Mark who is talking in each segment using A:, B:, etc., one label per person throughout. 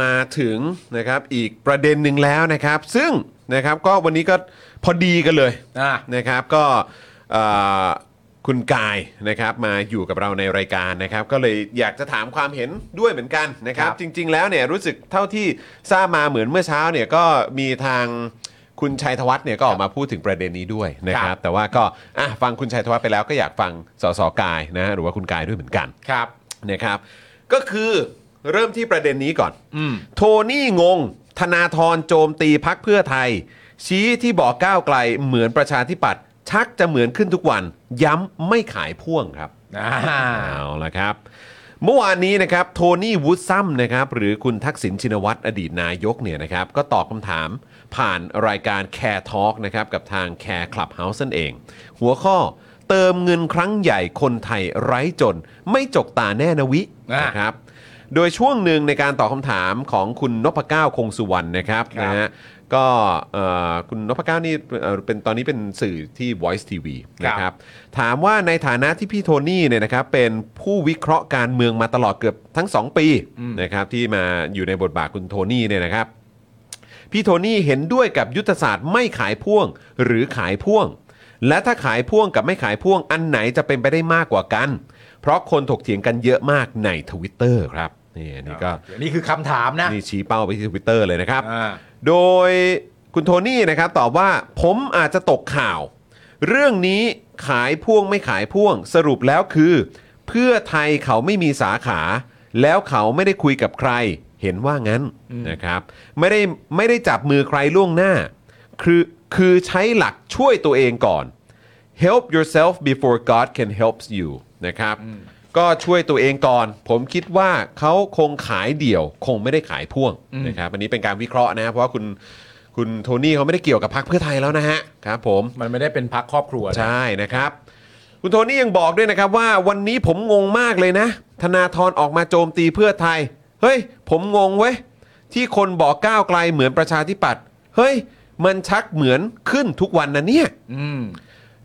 A: มาถึงนะครับอีกประเด็นหนึ่งแล้วนะครับ ซึ่งนะครับก็วันนี้ก็พอดีกันเลย
B: อ่ะ
A: นะครับก็เอ่อคุณกายนะครับมาอยู่กับเราในรายการนะครับ ก็เลยอยากจะถามความเห็นด้วยเหมือนกันนะครับ
B: ครับ
A: จริง ๆ แล้วเนี่ยรู้สึกเท่าที่ทราบมาเหมือนเมื่อเช้าเนี่ยก็มีทางคุณชัยธวัฒน์เนี่ยก็ออกมาพูดถึงประเด็นนี้ด้วยนะค
B: ค
A: รั
B: รับ บ
A: แต่ว่าก็อ่ะฟังคุณชัยธวัฒน์ไปแล้วก็อยากฟังสสกายนะหรือว่าคุณกายด้วยเหมือนกัน
B: ครับ
A: นะครับก็คือเริ่มที่ประเด็นนี้ก่อน
B: อืม
A: โทนี่งง ธนาธรโจมตีพักเพื่อไทย ชี้ที่บอกก้าวไกลเหมือนประชาธิปัตย์ชักจะเหมือนขึ้นทุกวัน ย้ำไม่ขายพ่วงครับ
B: อ่า
A: เอาละครับ เมื่อวานนี้นะครับโทนี่วูดซัมนะครับหรือคุณทักษิณชินวัตรอดีตนายกเนี่ยนะครับก็ตอบคำถามผ่านรายการ Care Talk นะครับกับทาง Care Clubhouse นั่นเอง หัวข้อเติมเงินครั้งใหญ่คนไทยไร้จน ไม่จกตาแน่นะวิ
B: อ่าน
A: นะครับ โดยช่วงหนึ่งในการตอบคำถามของคุณนพก้าวคงสุวรรณนะครับ
B: ครับ
A: นะฮะก็เอ่อคุณนพก้าวนี่เอ่อเป็นตอนนี้เป็นสื่อที่ Voice TV นะครับ ถามว่าในฐานะที่พี่โทนี่เนี่ยนะครับเป็นผู้วิเคราะห์การเมืองมาตลอดเกือบทั้ง 2 ปีนะครับที่มาอยู่ในบทบาทคุณโทนี่เนี่ยนะครับ พี่โทนี่เห็นด้วยกับยุทธศาสตร์ไม่ขายพ่วงหรือขายพ่วง และถ้าขายพ่วงกับไม่ขายพ่วงอันไหนจะเป็นไปได้มากกว่ากัน เพราะคนถกเถียงกันเยอะมากในทวิตเตอร์ครับนี่อันนี่ก็
B: นี่คือคำถามนะ
A: นี่ชี้เป้าไปที่ทวิตเตอร์เลยนะครับ
B: อ่า
A: โดยคุณโทนี่นะครับตอบว่าผมอาจจะตกข่าว เรื่องนี้ขายพ่วงไม่ขายพ่วง สรุปแล้วคือ เพื่อไทยเขาไม่มีสาขา แล้วเขาไม่ได้คุยกับใคร เห็นว่างั้นนะครับ ไม่ได้ไม่ได้จับมือใครล่วงหน้า คือคือใช้หลักช่วยตัวเองก่อน help yourself before God can help you นะครับ ก็ช่วยตัวเองก่อน ผมคิดว่าเขาคงขายเดี่ยว คงไม่ได้ขายพ่วงนะครับอันนี้เป็นการวิเคราะห์นะ เพราะว่าคุณคุณโทนี่เขาไม่ได้เกี่ยวกับพรรคเพื่อไทยแล้วนะฮะครับผม
B: มันไม่ได้เป็นพักครอบครัวนะ
A: ใช่นะครับ คุณโทนี่ยังบอกด้วยนะครับว่าวันนี้ผมงงมากเลยนะ ธนาธรออกมาโจมตีเพื่อไทย เฮ้ย ผมงงเว้ย ที่คนบอกก้าวไกลเหมือนประชาธิปัตย์เฮ้ย มันชักเหมือนขึ้นทุกวันนะเนี่ย
B: อืม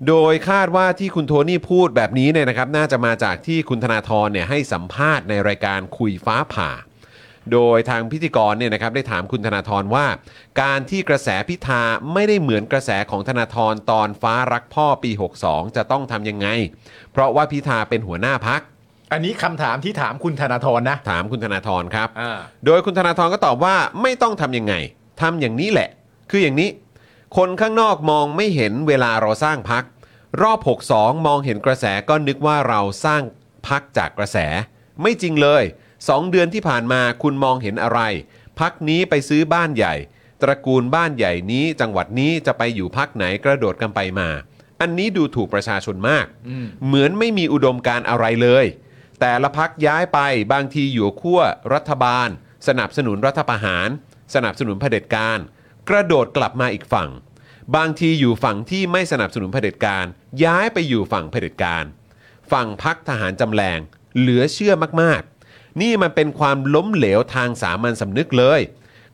A: โดยคาดว่าที่คุณโทนี่พูดแบบนี้เนี่ยนะครับ น่าจะมาจากที่คุณธนาธรเนี่ยให้สัมภาษณ์ในรายการคุยฟ้าผ่า โดยทางพิธีกรเนี่ยนะครับได้ถามคุณธนาธรว่า การที่กระแสพิธาไม่ได้เหมือนกระแสของธนาธรตอนฟ้ารักพ่อปี 62 จะต้องทำยังไง เพราะว่าพิธาเป็นหัวหน้าพัก
B: อันนี้คำถามที่ถามคุณธนาธรนะ
A: ถามคุณธนาธรครับ
B: อ่า
A: โดยคุณธนาธรก็ตอบว่าไม่ต้องทำยังไงทำอย่างนี้แหละ คืออย่างนี้ คนข้างนอกมองไม่เห็นเวลาเราสร้างพัก รอบ 62 มองเห็นกระแสก็นึกว่าเราสร้างพักจากกระแส ไม่จริงเลย 2 เดือนที่ผ่านมาคุณมองเห็นอะไร พักนี้ไปซื้อบ้านใหญ่ ตระกูลบ้านใหญ่นี้จังหวัดนี้จะไปอยู่พักไหนกระโดดกันไปมา อันนี้ดูถูกประชาชนมาก เหมือนไม่มีอุดมการณ์อะไรเลย แต่ละพักย้ายไปบางทีอยู่ขั้วรัฐบาล สนับสนุนรัฐประหาร สนับสนุนเผด็จการ กระโดดกลับมาอีกฝั่ง บางทีอยู่ฝั่งที่ไม่สนับสนุนเผด็จการ ย้ายไปอยู่ฝั่งเผด็จการ ฝั่งพักทหารจำแรงเหลือเชื่อมากๆ นี่มันเป็นความล้มเหลวทางสามัญสำนึกเลย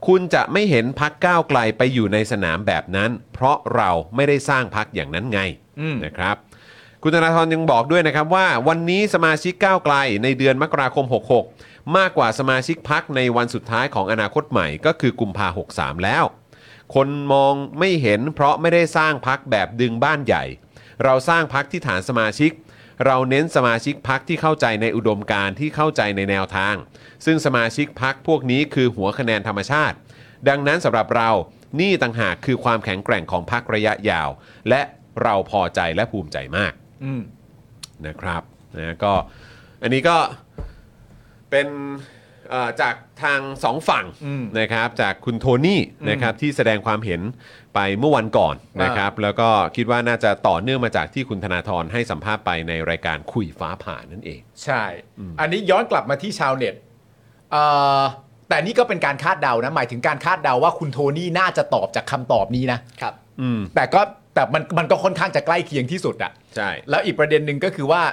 A: คุณจะไม่เห็นพักก้าวไกลไปอยู่ในสนามแบบนั้น เพราะเราไม่ได้สร้างพักอย่างนั้นไง
B: อืม
A: นะครับ คุณธนาธรยังบอกด้วยนะครับว่าวันนี้สมาชิกก้าวไกลในเดือนมกราคม 66 มากกว่าสมาชิกพักในวันสุดท้ายของอนาคตใหม่ก็คือกุมภา63 แล้ว คนมองไม่เห็นเพราะไม่ได้สร้างพักแบบดึงบ้านใหญ่ เราสร้างพักที่ฐานสมาชิก เราเน้นสมาชิกพักที่เข้าใจในอุดมการณ์ที่เข้าใจในแนวทาง ซึ่งสมาชิกพักพวกนี้คือหัวคะแนนธรรมชาติ ดังนั้นสำหรับเรานี่ต่างหากคือความแข็งแกร่งของพักระยะยาว และเราพอใจและภูมิใจมาก
B: อืม
A: นะครับนะก็อันนี้ก็เป็นเอ่อจากทางสองฝั่ง
B: อืม
A: นะครับจากคุณโทนี่นะครับที่แสดงความเห็นไปเมื่อวันก่อน
B: อ่าน
A: นะครับแล้วก็คิดว่าน่าจะต่อเนื่องมาจากที่คุณธนาธรให้สัมภาษณ์ไปในรายการคุยฟ้าผ่านั่นเอง
B: ใช่ อันนี้ย้อนกลับมาที่ชาวเน็ตเอ่อแต่นี่ก็เป็นการคาดเดานะ หมายถึงการคาดเดาว่าคุณโทนี่น่าจะตอบจากคำตอบนี้นะ
C: ครับ
A: อืม
B: แต่ก็แต่มันมันก็ค่อนข้างจะใกล้เคียงที่สุดอะ
A: ใช่
B: แล้วอีกประเด็นหนึ่งก็คือว่า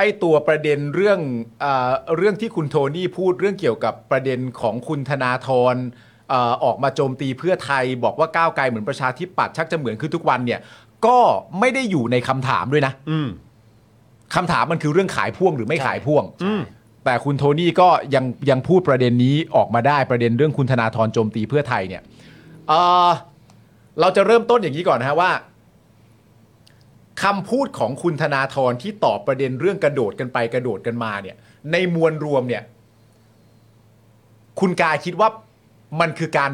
B: ไอ้ตัวประเด็นเรื่องเออเรื่องที่คุณโทนี่พูดเรื่องเกี่ยวกับประเด็นของคุณธนาธรเอ่อออกมาโจมตีเพื่อไทย บอกว่าก้าวไกลเหมือนประชาธิปัตย์ชักจะเหมือนขึ้นทุกวันเนี่ย ก็ไม่ได้อยู่ในคำถามด้วยนะ
A: อืม
B: คำถามมันคือเรื่องขายพ่วงหรือไม่ขายพ่วง
A: อืม
B: แต่คุณโทนี่ก็ยังยังพูดประเด็นนี้ออกมาได้ประเด็นเรื่องคุณธนาธรโจมตีเพื่อไทยเนี่ยเอ่อเราจะเริ่มต้นอย่างนี้ก่อนนะฮะว่าคำพูดของคุณธนาธรที่ตอบประเด็นเรื่องกระโดดกันไปกระโดดกันมาเนี่ย ในมวลรวมเนี่ย คุณกายคิดว่ามันคือการ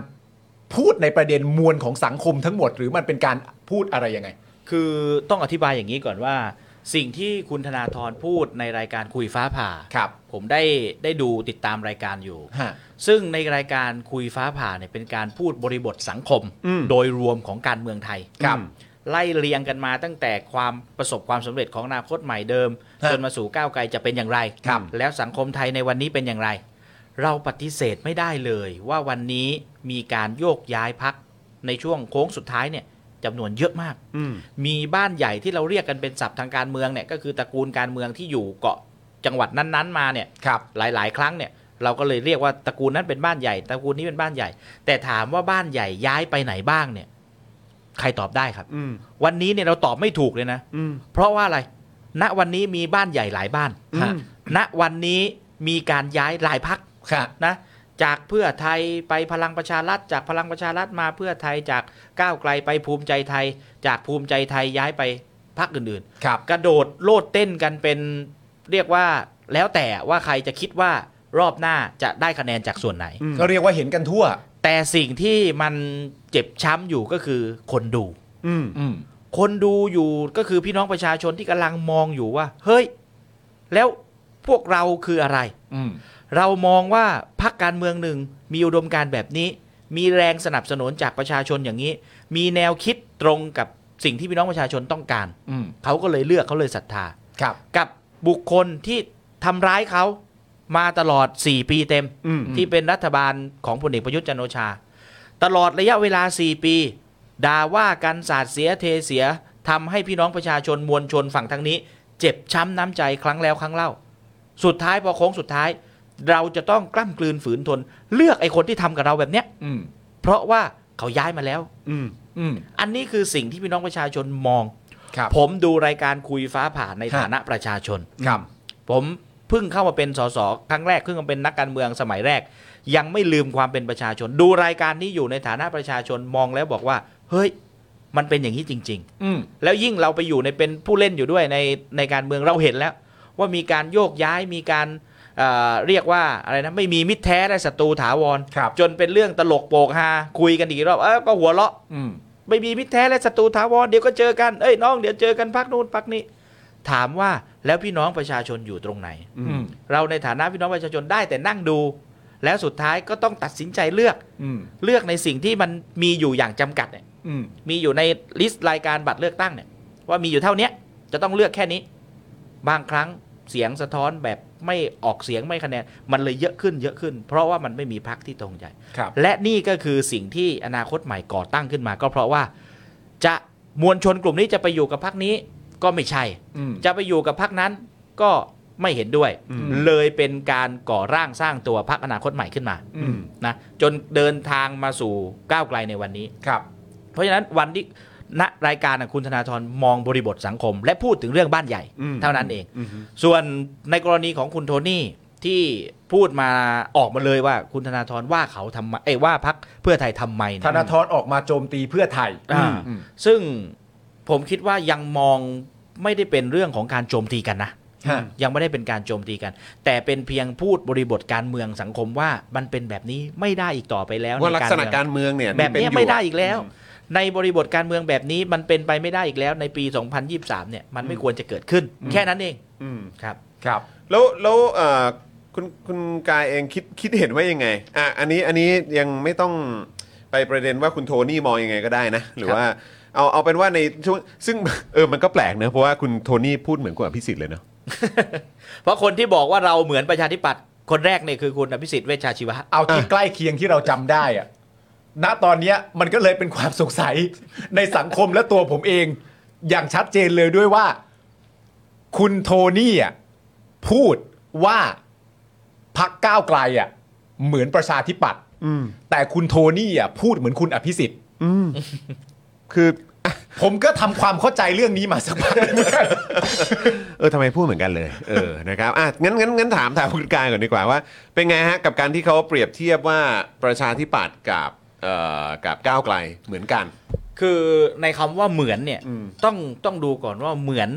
B: พูดในประเด็นมวลของสังคมทั้งหมด หรือมันเป็นการพูดอะไรยังไง
C: คือต้องอธิบายอย่างนี้ก่อนว่า สิ่งที่คุณธนาธรพูดในรายการคุยฟ้าผ่า
B: ครับ
C: ผมได้ได้ดูติดตามรายการอยู่
B: ฮะ
C: ซึ่งในรายการคุยฟ้าผ่าเนี่ยเป็นการพูดบริบทสังคม
A: อืม
C: โดยรวมของการเมืองไทย
B: ครับ
C: ไล่เรียงกันมาตั้งแต่ความประสบความสำเร็จของอนาคตใหม่เดิม
B: ฮะ
C: จนมาสู่ก้าวไกลจะเป็นอย่างไร
B: ครับ
C: แล้วสังคมไทยในวันนี้เป็นอย่างไร เราปฏิเสธไม่ได้เลย ว่าวันนี้มีการโยกย้ายพักในช่วงโค้งสุดท้ายเนี่ยจำนวนเยอะมาก
A: อืม
C: มีบ้านใหญ่ที่เราเรียกกันเป็นศัพท์ทางการเมืองเนี่ยก็คือตระกูลการเมืองที่อยู่เกาะจังหวัดนั้นๆมาเนี่ย
B: ครับ
C: หลาย ๆ ครั้งเนี่ยเราก็เลยเรียกว่าตระกูลนั้นเป็นบ้านใหญ่ตระกูลนี้เป็นบ้านใหญ่ แต่ถามว่าบ้านใหญ่ย้ายไปไหนบ้างเนี่ย ใครตอบได้ครับ
A: อืม
C: วันนี้เนี่ยเราตอบไม่ถูกเลยนะ
A: อืม
C: เพราะว่าอะไร ณ วันนี้มีบ้านใหญ่หลายบ้าน
A: อืม
C: ฮะณ วันนี้มีการย้ายหลายพัก
B: ค่ะ
C: นะ จากเพื่อไทยไปพลังประชารัฐ จากพลังประชารัฐมาเพื่อไทย จากก้าวไกลไปภูมิใจไทย จากภูมิใจไทยย้ายไปพักอื่น
B: ครับ
C: ๆ กระโดดโลดเต้นกันเป็นเรียกว่าแล้วแต่ว่าใครจะคิดว่ารอบหน้าจะได้คะแนนจากส่วนไหน
B: ก็เรียกว่าเห็นกันทั่ว
C: แต่สิ่งที่มันเจ็บช้ำอยู่ก็คือคนดู
A: อืม
B: อืม
C: คนดูอยู่ก็คือพี่น้องประชาชนที่กำลังมองอยู่ว่า เฮ้ย แล้วพวกเราคืออะไร
B: อืม
C: เรามองว่าพรรคการเมืองหนึ่งมีอุดมการณ์แบบนี้ มีแรงสนับสนุนจากประชาชนอย่างนี้ มีแนวคิดตรงกับสิ่งที่พี่น้องประชาชนต้องการ
B: อืม
C: เขาก็เลยเลือกเขาเลยศรัทธา
B: ครับ
C: กับบุคคลที่ทำร้ายเขามาตลอด 4 ปีเต็ม
A: อืม
C: ที่เป็นรัฐบาลของพลเอกประยุทธ์จันทร์โอชา ตลอดระยะเวลา 4 ปีด่าว่ากันสาดเสียเทเสียทำให้พี่น้องประชาชนมวลชนฝั่งทางนี้ เจ็บช้ำน้ำใจครั้งแล้วครั้งเล่า สุดท้ายพอโค้งสุดท้าย เราจะต้องกล้ำกลืนฝืนทน เลือกไอ้คนที่ทำกับเราแบบเนี้ย
B: อืม
C: เพราะว่าเขาย้ายมาแล้ว
A: อืม
B: อืม
C: อันนี้คือสิ่งที่พี่น้องประชาชนมอง
B: ครับ
C: ผมดูรายการคุยฟ้าผ่าใน
B: ฮะ
C: ฐานะประชาชน
B: ครับ
C: ผมเพิ่งเข้ามาเป็นสสครั้งแรกเพิ่งมาเป็นนักการเมืองสมัยแรก ยังไม่ลืมความเป็นประชาชน ดูรายการนี้อยู่ในฐานะประชาชนมองแล้วบอกว่า เฮ้ย มันเป็นอย่างนี้จริง
B: อืม
C: ๆ แล้วยิ่งเราไปอยู่ในเป็นผู้เล่นอยู่ด้วยในในการเมืองเราเห็นแล้ว ว่ามีการโยกย้ายมีการเอ่อเรียกว่าอะไรนะไม่มีมิตรแท้และศัตรูถาวร
B: ครับ
C: จนเป็นเรื่องตลกโปกฮาคุยกันอีกรอบเออก็หัวเราะ
B: อืม
C: ไม่มีมิตรแท้และศัตรูถาวรเดี๋ยวก็เจอกัน เอ้ยน้องเดี๋ยวเจอกันพักนู้นพักนี้ ถามว่าแล้วพี่น้องประชาชนอยู่ตรงไหน
B: อืม
C: เราในฐานะพี่น้องประชาชนได้แต่นั่งดู แล้วสุดท้ายก็ต้องตัดสินใจเลือก
B: อืม
C: เลือกในสิ่งที่มันมีอยู่อย่างจำกัดเนี่ย
B: อืม
C: มีอยู่ในลิสต์รายการบัตรเลือกตั้งเนี่ยว่ามีอยู่เท่าเนี้ยจะต้องเลือกแค่นี้ บางครั้งเสียงสะท้อนแบบไม่ออกเสียงไม่คะแนนมันเลยเยอะขึ้นเยอะขึ้น เพราะว่ามันไม่มีพักที่ตรงใจ
B: ครับ
C: และนี่ก็คือสิ่งที่อนาคตใหม่ก่อตั้งขึ้นมา ก็เพราะว่าจะมวลชนกลุ่มนี้จะไปอยู่กับพักนี้ก็ไม่ใช่
B: อืม
C: จะไปอยู่กับพักนั้นก็ไม่เห็นด้วย
A: อืม
C: เลยเป็นการก่อร่างสร้างตัวพักอนาคตใหม่ขึ้นมา
B: อืม
C: นะจนเดินทางมาสู่ก้าวไกลในวันนี้
B: ครับ
C: เพราะฉะนั้นวันที่ณรายการน่ะคุณธนาธรมองบริบทสังคม และพูดถึงเรื่องบ้านใหญ่
A: อืม
C: เท่านั้นเอง
A: อืม
C: ส่วนในกรณีของคุณโทนี่ที่พูดมาออกมาเลยว่าคุณธนาธรว่าเขาทำไมเอ้ยว่าพักเพื่อไทยทำไมเย
B: ธนาธรออกมาโจมตีเพื่อไทย
C: อ่า
B: อืม
C: ซึ่งผมคิดว่ายังมองไม่ได้เป็นเรื่องของการโจมตีกันนะ
B: ฮะ
C: ยังไม่ได้เป็นการโจมตีกัน แต่เป็นเพียงพูดบริบทการเมืองสังคมว่ามันเป็นแบบนี้ไม่ได้อีกต่อไปแล้ว
A: ว่าลักษณะ
C: ใน
A: การเมืองเนี่ย
C: เมืองแบบ
A: ที่เป็
C: นี้
A: อยู่
C: ไม่ได้อีกแล้ว ในบริบทการเมืองแบบนี้มันเป็นไปไม่ได้อีกแล้วในปี 2023 เนี่ยมันไม่ควรจะเกิดขึ้น แค่นั้นเอง
A: อืม
C: ครับ
B: ครับ
A: แล้วแล้วเอ่อคุณคุณกายเองคิดคิดเห็นว่ายังไงอ่ะอันนี้อันนี้ยังไม่ต้องไปประเด็นว่าคุณโทนี่มองยังไงก็ได้นะ หรือ
C: ครับ
A: ว่าเอาเอาเป็นว่าในช่วงซึ่ง เออมันก็แปลกเนอะเพราะว่าคุณโทนี่พูดเหมือนกับพิสิทธิ์เลยเนอะ
C: เพราะคนที่บอกว่าเราเหมือนประชาธิปัตย์คนแรกเนี่ยคือคุณอภิสิทธิ์เวชชาชีวะ
B: เอาที่ใกล้เคียงที่เราจำได้อะณตอนเนี้ยมันก็เลยเป็นความสงสัย ในสังคมและตัวผมเอง อย่างชัดเจนเลยด้วยว่า คุณโทนี่อะพูดว่าพักก้าวไกลอ่ะเหมือนประชาธิปัตย์แต่คุณโทนี่อ่ะพูดเหมือนคุณอภิสิทธิ์
A: อืมคือ
B: ผมก็ทำความเข้าใจเรื่องนี้มาสักพักหนึ่งเหมือนกัน
A: เออทำไมพูดเหมือนกันเลยเอ อนะครับอ่ะงั้นงั้นงั้นถามถามคุณกายก่อนดีกว่าว่า เป็นไงฮะกับการที่เขาเปรียบเทียบว่าประชาธิปัตย์กับเอ่อกับก้าวไกลเหมือนกัน
C: คือในคำว่าเหมือนเนี่ยต้องต้องดูก่อนว่าเหมือน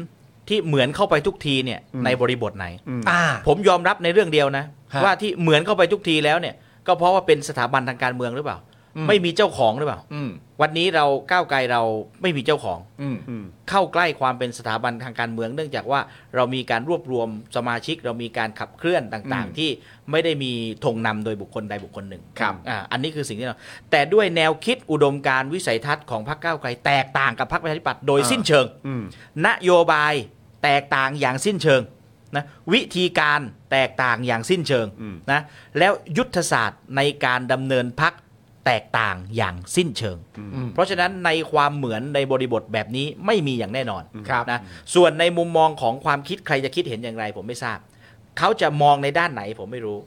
C: ที่เหมือนเข้าไปทุกทีเนี่ยในบริบทไหน
B: อ่า
C: ผมยอมรับในเรื่องเดียวนะ
B: ฮะ
C: ว่าที่เหมือนเข้าไปทุกทีแล้วเนี่ย ก็เพราะว่าเป็นสถาบันทางการเมืองหรือเปล่า
B: อืม
C: ไม่มีเจ้าของหรือเปล่า
B: อืม
C: วันนี้เราก้าวไกลเราไม่มีเจ้าของ
B: อืม
C: เข้าใกล้ความเป็นสถาบันทางการเมือง เนื่องจากว่าเรามีการรวบรวมสมาชิก เรามีการขับเคลื่อนต่าง
B: อืม
C: ๆ ที่ไม่ได้มีธงนำโดยบุคคลใดบุคคลหนึ่ง
B: ครับ
C: อ่าอันนี้คือสิ่งที่เราแต่ด้วยแนวคิดอุดมการณ์วิสัยทัศน์ของพรรคก้าวไกลแตกต่างกับพรรคประชาธิปัตย์โดย
B: อ่า
C: สิ้นเชิง
A: อืม
C: นโยบายแตกต่างอย่างสิ้นเชิงนะวิธีการแตกต่างอย่างสิ้นเชิง
A: อืม
C: นะแล้วยุทธศาสตร์ในการดำเนินพักแตกต่างอย่างสิ้นเชิง
B: อืม
C: เพราะฉะนั้นในความเหมือนในบริบทแบบนี้ไม่มีอย่างแน่นอน
B: ครับ
C: นะส่วนในมุมมองของความคิดใครจะคิดเห็นอย่างไร ผมไม่ทราบ เขาจะมองในด้านไหนผมไม่รู้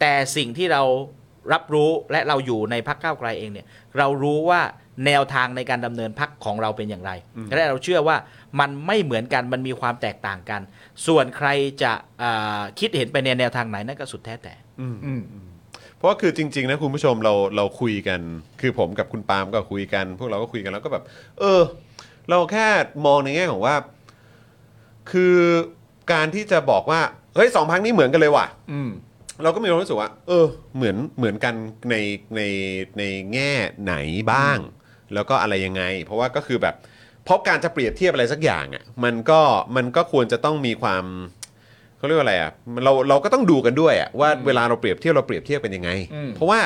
C: แต่สิ่งที่เรารับรู้และเราอยู่ในพักก้าวไกลเองเนี่ยเรารู้ว่าแนวทางในการดำเนินพักของเราเป็นอย่างไรและเราเชื่อว่ามันไม่เหมือนกันมันมีความแตกต่างกัน ส่วนใครจะอ่าคิดเห็นไปในแนวทางไหนนั่นก็สุดแท้แต่
B: อืม
A: เพราะคือจริง ๆ นะคุณผู้ชมเราเราคุยกัน คือผมกับคุณปาล์มก็คุยกัน พวกเราก็คุยกันแล้วก็แบบ เออ เราแค่มองในแง่ของว่า คือการที่จะบอกว่าเฮ้ยสองพักนี้เหมือนกันเลยว่ะ
B: อืม
A: เราก็มีความรู้สึกว่า เออ เหมือนเหมือนกันในในในแง่ไหนบ้าง แล้วก็อะไรยังไง เพราะว่าก็คือแบบเพราะการจะเปรียบเทียบอะไรสักอย่างอ่ะมันก็มันก็ควรจะต้องมีความเขาเรียกว่าอะไรอ่ะมันเราเราก็ต้องดูกันด้วยอ่ะว่าเวลาเราเปรียบเทียบเราเปรียบเทียบเป็นยังไง
B: อืม
A: เพราะว่า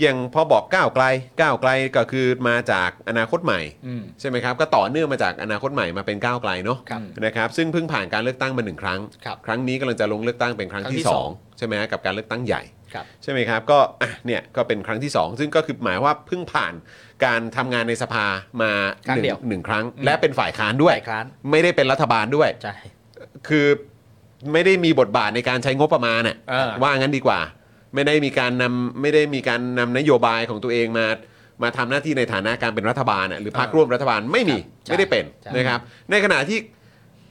A: อย่างพอบอกก้าวไกลก้าวไกลก็คือมาจากอนาคตใหม่
B: อืม
A: ใช่ไหมครับ ก็ต่อเนื่องมาจากอนาคตใหม่มาเป็นก้าวไกลเนาะ
B: ครับ
A: นะครับซึ่งเพิ่งผ่านการเลือกตั้งมาหนึ่งครั้ง
C: ครับ
A: ครั้งนี้กำลังจะลงเลือกตั้งเป็นครั้ง
C: ครั้งที่
A: ที่
C: สอง
A: 2 ใช่ไหมฮะกับการเลือกตั้งใหญ่
C: ครับ
A: ใช่ไหมครับก็อ่ะเนี่ยก็เป็นครั้งที่ 2 ซึ่งก็คือหมายว่าเพิ่งผ่านการทำงานในสภามา
C: ครั้
A: ห
C: ง
A: นึ่
C: เดียว
A: หนึ่งครั้ง และเป็นฝ่ายค้านด้วย
C: ฝ่ายค้าน
A: ไม่ได้เป็นรัฐบาลด้วย
C: ใช่
A: คือไม่ได้มีบทบาทในการใช้งบประมาณน่ะ
B: เออ
A: ว่างั้นดีกว่า ไม่ได้มีการนำไม่ได้มีการนำนโยบายของตัวเองมามาทำหน้าที่ในฐานะการเป็นรัฐบาลน่ะหรือพรรคร่วมรัฐบาลไม่มี
C: ใช่
A: ไม่ได้เป็น
C: ใช่
A: นะครับ ในขณะที่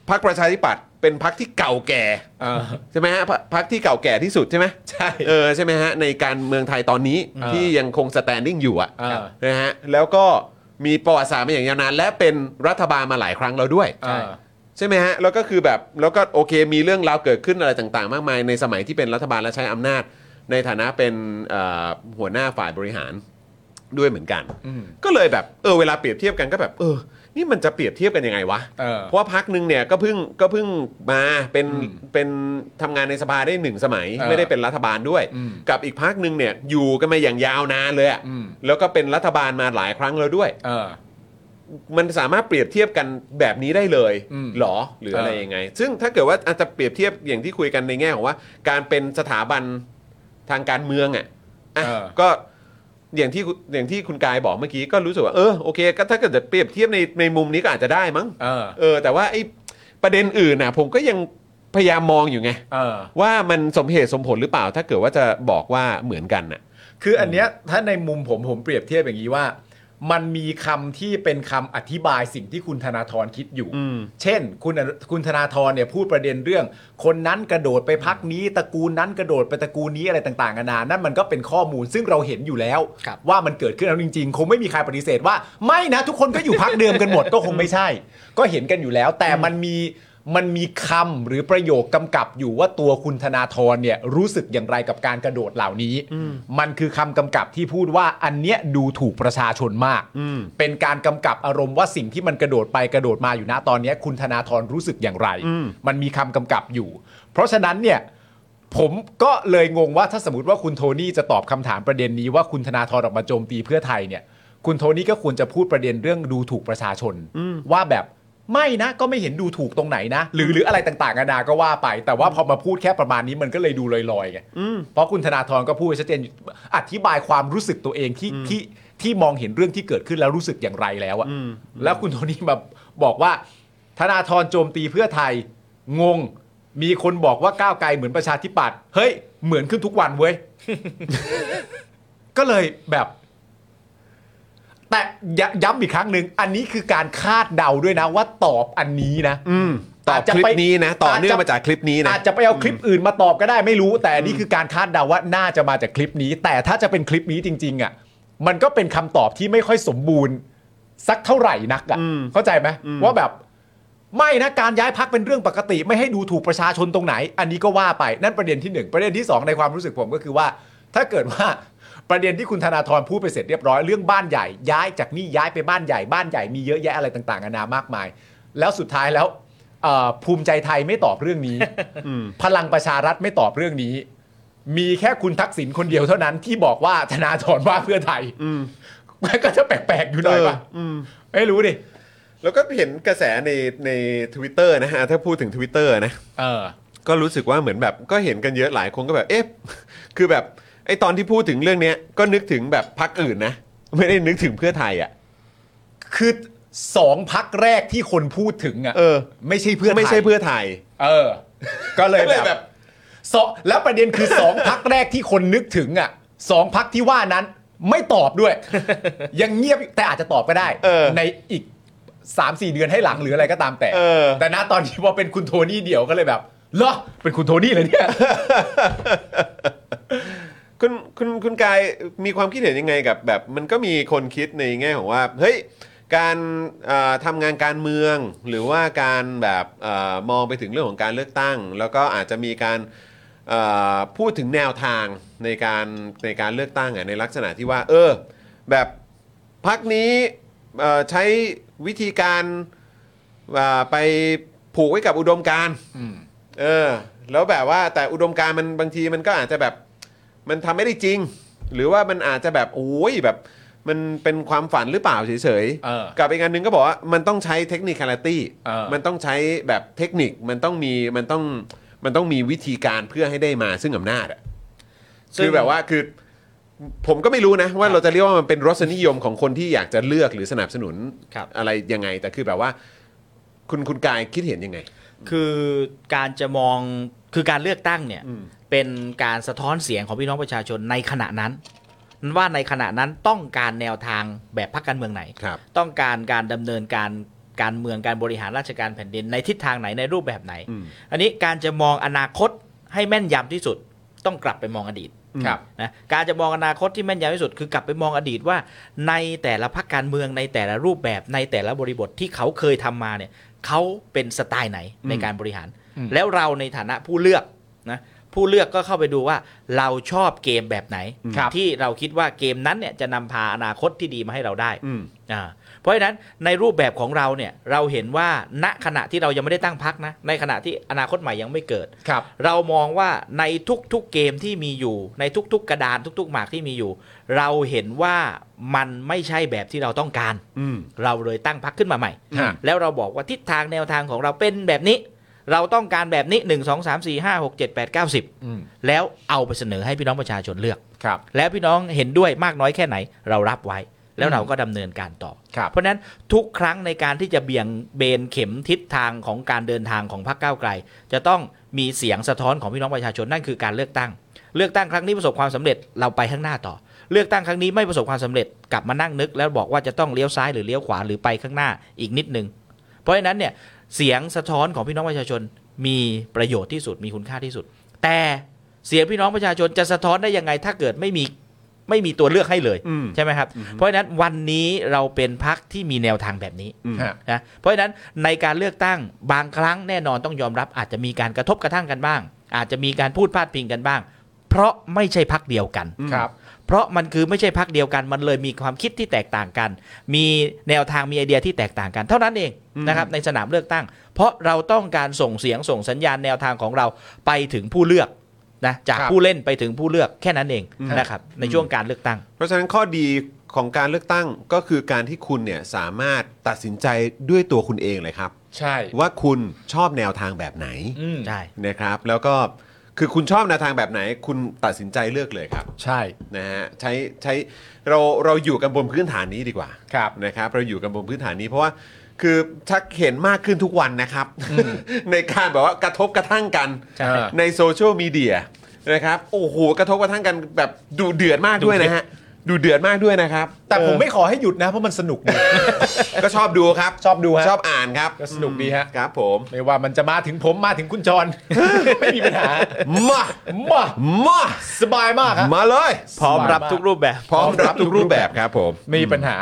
A: พรรคประชาธิปัตย์เป็นพรรคที่เก่าแก่
B: เออ
A: ใช่ไหมฮะพรรพรรคที่เก่าแก่ที่สุดใช่ไหม
B: ใช่
A: เออใช่ไหมฮะในการเมืองไทยตอนนี้
B: เออ
A: ที่ยังคงสแตนดิ้งอยู่อะ
B: เออ
A: นะฮะแล้วก็มีประวัติศาสตร์มาอย่างยาวนานและเป็นรัฐบาลมาหลายครั้งแล้วด้วย
B: เออ
A: ใช่ไหมฮะแล้วก็คือแบบแล้วก็โอเคมีเรื่องราวเกิดขึ้นอะไรต่างๆ มากมาย ในสมัยที่เป็นรัฐบาลและใช้อำนาจ ในฐานะเป็นเอ่อหัวหน้าฝ่ายบริหารด้วยเหมือนกัน
B: อืม
A: ก็เลยแบบเออเวลาเปรียบเทียบกันก็แบบ เออ นี่มันจะเปรียบเทียบกันยังไงวะ
B: เออ
A: ราะว่าพักหนึ่งเนี่ยก็เพิ่งก็เพิ่งมาเป็น
B: อืม
A: เป็นทำงานในสภาได้หนึ่งสมัย
B: เออ
A: ไม่ได้เป็นรัฐบาลด้วย
B: อืม
A: กับอีกพักหนึ่งเนี่ยอยู่กันมาอย่างยาวนานเลยอะ
B: อืม
A: แล้วก็เป็นรัฐบาลมาหลายครั้งแล้วด้วย
B: เออ
A: มันสามารถเปรียบเทียบกันแบบนี้ได้เลย
B: อืม
A: เหรอหรืออะไร
B: เออ
A: ยังไง ซึ่งถ้าเกิดว่าอาจจะเปรียบเทียบอย่างที่คุยกันในแง่ของว่า การเป็นสถาบันทางการเมืองอ่ะอ่ะ
B: เออ
A: ก็อย่างที่คุณอย่างที่คุณกายบอกเมื่อกี้ก็รู้สึกว่าเออโอเคก็ถ้าเกิดจะเปรียบเทียบในในมุมนี้ก็อาจจะได้มั้ง
B: เออ
A: เออแต่ว่าไอ้ประเด็นอื่นน่ะ ผมก็ยังพยายามมองอยู่ไง
B: เออ
A: ว่ามันสมเหตุสมผลหรือเปล่า ถ้าเกิดว่าจะบอกว่าเหมือนกันน่ะ
B: คืออันเนี้ยถ้าในมุมผมผมเปรียบเทียบอย่างนี้ว่า มันมีคำที่เป็นคำอธิบายสิ่งที่คุณธนาธรคิดอยู่
A: อืม
B: เช่น คุณคุณธนาธรเนี่ยพูดประเด็นเรื่อง คนนั้นกระโดดไปพักนี้ตระกูลนั้นกระโดดไปตระกูลนี้อะไรต่างๆนานานั่นมันก็เป็นข้อมูลซึ่งเราเห็นอยู่แล้ว
C: ครับ
B: ว่ามันเกิดขึ้นแล้วจริงๆ คงไม่มีใครปฏิเสธว่า ไม่นะทุกคนก็อยู่พักเดิมกันหมด ก็คงไม่ใช่ ก็เห็นกันอยู่แล้ว แต่มันมีมันมีคำหรือประโยคกำกับอยู่ว่าตัวคุณธนาธรเนี่ยรู้สึกอย่างไรกับการกระโดดเหล่านี้ มันคือคำกำกับที่พูดว่าอันเนี้ยดูถูกประชาชนมาก
A: อืม
B: เป็นการกำกับอารมณ์ว่าสิ่งที่มันกระโดดไปกระโดดมาอยู่นะตอนเนี้ยคุณธนาธรรู้สึกอย่างไร
A: อืม
B: มันมีคำกำกับอยู่ เพราะฉะนั้นเนี่ย ผมก็เลยงงว่าถ้าสมมติว่าคุณโทนี่จะตอบคำถามประเด็นนี้ว่าคุณธนาธรออกมาโจมตีเพื่อไทยเนี่ย คุณโทนี่ก็ควรจะพูดประเด็นเรื่องดูถูกประชาชน ว่าแบบไม่นะก็ไม่เห็นดูถูกตรงไหนนะ หรือหรืออะไรต่างๆนานาก็ว่าไป แต่ว่าพอมาพูดแค่ประมาณนี้มันก็เลยดูลอยๆไงเพราะคุณธนาธรก็พูดชัดเจนอธิบายความรู้สึกตัวเองที่ที่ที่มองเห็นเรื่องที่เกิดขึ้นแล้วรู้สึกอย่างไรแล้วอะแล้วคุณโทนี่มาบอกว่า ธนาธรโจมตีเพื่อไทย งง มีคนบอกว่าก้าวไกลเหมือนประชาธิปัตย์เฮ้ย เหมือน ขึ้นทุกวันเว้ย ก็เลยแบบ แต่ย้ย้ำอีกครั้งหนึ่งอันนี้คือการคาดเดาด้วยนะว่าตอบอันนี้นะ
A: อืมตอบ
B: อาจจะ
A: คลิ
B: ไป
A: ปนี้นะ ต่อเนื่อง
B: อาจจะ
A: มาจากคลิปนี้นะ
B: อาจจะไปเอาคลิปอื่นมาตอบก็ได้ไม่รู้ แต่อันนี้คือการคาดเดาว่าน่าจะมาจากคลิปนี้ แต่ถ้าจะเป็นคลิปนี้จริง ๆอ่ะมันก็เป็นคำตอบที่ไม่ค่อยสมบูรณ์ สักเท่าไหร่นักอ่ะ
A: อืม
B: เข้าใจไหมว่าแบบ ไม่นะการย้ายพักเป็นเรื่องปกติ ไม่ให้ดูถูกประชาชนตรงไหน อันนี้ก็ว่าไปนั่นประเด็นที่หนึ่งประเด็นที่สองในความรู้สึกผมก็คือว่า ถ้าเกิดว่าประเด็นที่คุณธนาธรพูดไปเสร็จเรียบร้อยเรื่องบ้านใหญ่ ย้ายจากนี่ย้ายไปบ้านใหญ่บ้านใหญ่มีเยอะแยะอะไรต่างๆนานามากมาย แล้วสุดท้ายแล้วเอ่อภูมิใจไทยไม่ตอบ เรื่องนี้ พลังประชารัฐไม่ตอบเรื่องนี้ มีแค่คุณทักษิณคนเดียวเท่านั้นที่บอกว่าธนาธรว่าเพื่อไทยมันก็จะแปลกๆอยู่หน่อยป่ะไม่รู้ดิ
A: แล้วก็เห็นกระแสในในทวิตเตอร์นะฮะ ถ้าพูดถึง Twitter นะ
B: เออ
A: ก็รู้สึกว่าเหมือนแบบก็เห็นกันเยอะหลายคนก็แบบเอ๊ะ คือแบบไอ้ตอนที่พูดถึงเรื่องเนี้ยก็นึกถึงแบบพักอื่นนะ ไม่ได้นึกถึงเพื่อไทยอ่ะ
B: คือสองพักแรกที่คนพูดถึงอ่ะ
A: เออ
B: ไม่ใช่เพื่อไทย
A: ไม่ใช่เพื่อไทย
B: เออ ก็เลย
A: ก็เลย
B: แบ
A: แบบ บ
B: สองแล้วประเด็น คือ สองพักแรกที่คนนึกถึงอ่ะสองพักที่ว่านั้นไม่ตอบ ด้วย ยังเงียบแต่อาจจะตอบก็ได้
A: เออ
B: ในอีกสามสี่เดือนให้หลังหรืออะไรก็ตามแต่
A: เออ
B: แต่ณตอนนี้พอเป็นคุณโทนี่เดี่ยวก็เลยแบบเหรอเป็นคุณโทนี่เลยเนี่ย
A: คุณคุณคุณกายมีความคิดเห็นยังไงกับแบบมันก็มีคนคิดในแง่ของว่าเฮ้ยการเอ่อทำงานการเมืองหรือว่าการแบบเออมองไปถึงเรื่องของการเลือกตั้ง แล้วก็อาจจะมีการเอ่อพูดถึงแนวทางในการในการเลือกตั้งอะในลักษณะที่ว่า เออ แบบพักนี้เอ่อใช้วิธีการอ่าไปผูกไว้กับอุดมการณ์เออแล้วแบบว่าแต่อุดมการณ์มันบางทีมันก็อาจจะแบบ มันทำไม่ได้จริง หรือว่ามันอาจจะแบบโอ้ยแบบมันเป็นความฝันหรือเปล่าเฉย
B: เออ
A: กับอีกอันหนึงก็บอกว่ามันต้องใช้เทคนิคคาราตี้
B: เออ
A: มันต้องใช้แบบเทคนิคมันต้องมีมันต้องมันต้องมีวิธีการเพื่อให้ได้มาซึ่งอำนาจอะ
C: ซึ่ง
A: คือแบบว่าคือผมก็ไม่รู้นะ ว่าเราจะเรียกว่ามันเป็นรสนิยมของคนที่อยากจะเลือกหรือสนับสนุนอะไรยังไง แต่คือแบบว่า คุณคุณกายคิดเห็นยังไง
C: คือการจะมองคือการเลือกตั้งเนี่ยเป็นการสะท้อนเสียงของพี่น้องประชาชนในขณะนั้น ว่าในขณะนั้นต้องการแนวทางแบบพรรคการเมืองไหน
A: ครับ
C: ต้องการการดำเนินการการเมืองการบริหารราชการแผ่นดินในทิศทางไหนในรูปแบบไหน
A: อืม
C: อันนี้การจะมองอนาคตให้แม่นยำที่สุด ต้องกลับไปมองอดีต
B: ครับ
C: นะการจะมองอนาคตที่แม่นยำที่สุด คือกลับไปมองอดีตว่า ในแต่ละพรรคการเมืองในแต่ละรูปแบบในแต่ละบริบทที่เขาเคยทำมาเนี่ยเขาเป็นสไตล์ไหนในการบริหาร แล้วเราในฐานะผู้เลือกนะผู้เลือกก็เข้าไปดูว่าเราชอบเกมแบบไหน
B: ครับ
C: ที่เราคิดว่าเกมนั้นเนี่ยจะนำพาอนาคตที่ดีมาให้เราได้
A: อืม
C: อ่าเพราะฉะนั้นในรูปแบบของเราเนี่ยเราเห็นว่าณขณะที่เรายังไม่ได้ตั้งพักนะในขณะที่อนาคตใหม่ยังไม่เกิด
B: ครับ
C: เรามองว่าในทุกๆเกมที่มีอยู่ ในทุกๆกระดานทุกๆหมากที่มีอยู่ เราเห็นว่ามันไม่ใช่แบบที่เราต้องการ
A: อืม
C: เราเลยตั้งพักขึ้นมาใหม่
B: ฮะ
C: แล้วเราบอกว่าทิศทางแนวทางของเราเป็นแบบนี้ เราต้องการแบบนี้ 1 2 3 4 5 6 7 8 9
B: อืม
C: 10 แล้วเอาไปเสนอให้พี่น้องประชาชนเลือก
B: ครับ
C: แล้วพี่น้องเห็นด้วยมากน้อยแค่ไหน เรารับไว้แล้วเราก็ดำเนินการต่อ
B: ครับ
C: เพราะฉะนั้นทุกครั้งในการที่จะเบี่ยงเบนเข็มทิศทางของการเดินทางของพรรคก้าวไกล จะต้องมีเสียงสะท้อนของพี่น้องประชาชนนั่นคือการเลือกตั้ง เลือกตั้งครั้งนี้ประสบความสำเร็จเราไปข้างหน้าต่อ เลือกตั้งครั้งนี้ไม่ประสบความสำเร็จกลับมานั่งนึก แล้วบอกว่าจะต้องเลี้ยวซ้ายหรือเลี้ยวขวาหรือไปข้างหน้าอีกนิดนึง เพราะฉะนั้นเนี่ยเสียงสะท้อนของพี่น้องประชาชนมีประโยชน์ที่สุดมีคุณค่าที่สุด แต่เสียงพี่น้องประชาชนจะสะท้อนได้ยังไงถ้าเกิดไม่มีไม่มีตัวเลือกให้เลย
A: อืม
C: ใช่ไหมครับ เพราะฉะนั้นวันนี้เราเป็นพักที่มีแนวทางแบบนี้
A: อืม
B: ฮะ
C: นะ เพราะฉะนั้นในการเลือกตั้งบางครั้งแน่นอนต้องยอมรับ อาจจะมีการกระทบกระทั่งกันบ้าง อาจจะมีการพูดพาดพิงกันบ้าง เพราะไม่ใช่พักเดียวกัน
B: ครับ
C: เพราะมันคือไม่ใช่พักเดียวกัน มันเลยมีความคิดที่แตกต่างกัน มีแนวทางมีไอเดียที่แตกต่างกัน เท่านั้นเองนะครับในสนามเลือกตั้ง เพราะเราต้องการส่งเสียงส่งสัญญาณแนวทางของเราไปถึงผู้เลือกนะจาก
B: ครับ
C: ผู้เล่นไปถึงผู้เลือกแค่นั้นเอง
A: ครับ
C: นะครับในช่วงการเลือกตั้ง
A: เพราะฉะนั้นข้อดีของการเลือกตั้งก็คือการที่คุณเนี่ยสามารถตัดสินใจด้วยตัวคุณเองเลยครับ
B: ใช่
A: ว่าคุณชอบแนวทางแบบไหน
B: อืม
C: ใช่
A: นะครับ แล้วก็คือคุณชอบแนวทางแบบไหน คุณตัดสินใจเลือกเลยครับ
B: ใช่
A: นะฮะใช้ใช้เราเราอยู่กันบนพื้นฐานนี้ดีกว่า
B: ครับ
A: นะครับ เราอยู่กันบนพื้นฐานนี้เพราะว่าคือชักเห็นมากขึ้นทุกวันนะครับ ในการแบบว่ากระทบกระทั่งกัน
C: ใช่
A: ในโซเชียลมีเดียนะครับโอ้โหกระทบกระทั่งกันแบบดุเดือดมากด้วยนะฮะ ดูเดือดมากด้วยนะครับ
B: แต่ผมไม่ขอให้หยุดนะ เพราะมันสนุกดี
A: ก็ชอบดูครับ
B: ชอบดูฮะ
A: ชอบอ่านครับ
B: ก็สนุกดีฮะ
A: ครับผม
B: ไม่ว่ามันจะมาถึงผมมาถึงคุณจร ไม่มี ปัญหา
A: มา
B: มา
A: มา
B: สบายมากครับ
A: มาเลย
C: พร้อมรับ
B: สบายมาก
C: ทุกรูปแบบ
A: พร้อมรับทุกรูปแบบครับผม
B: ไม่มีปัญหา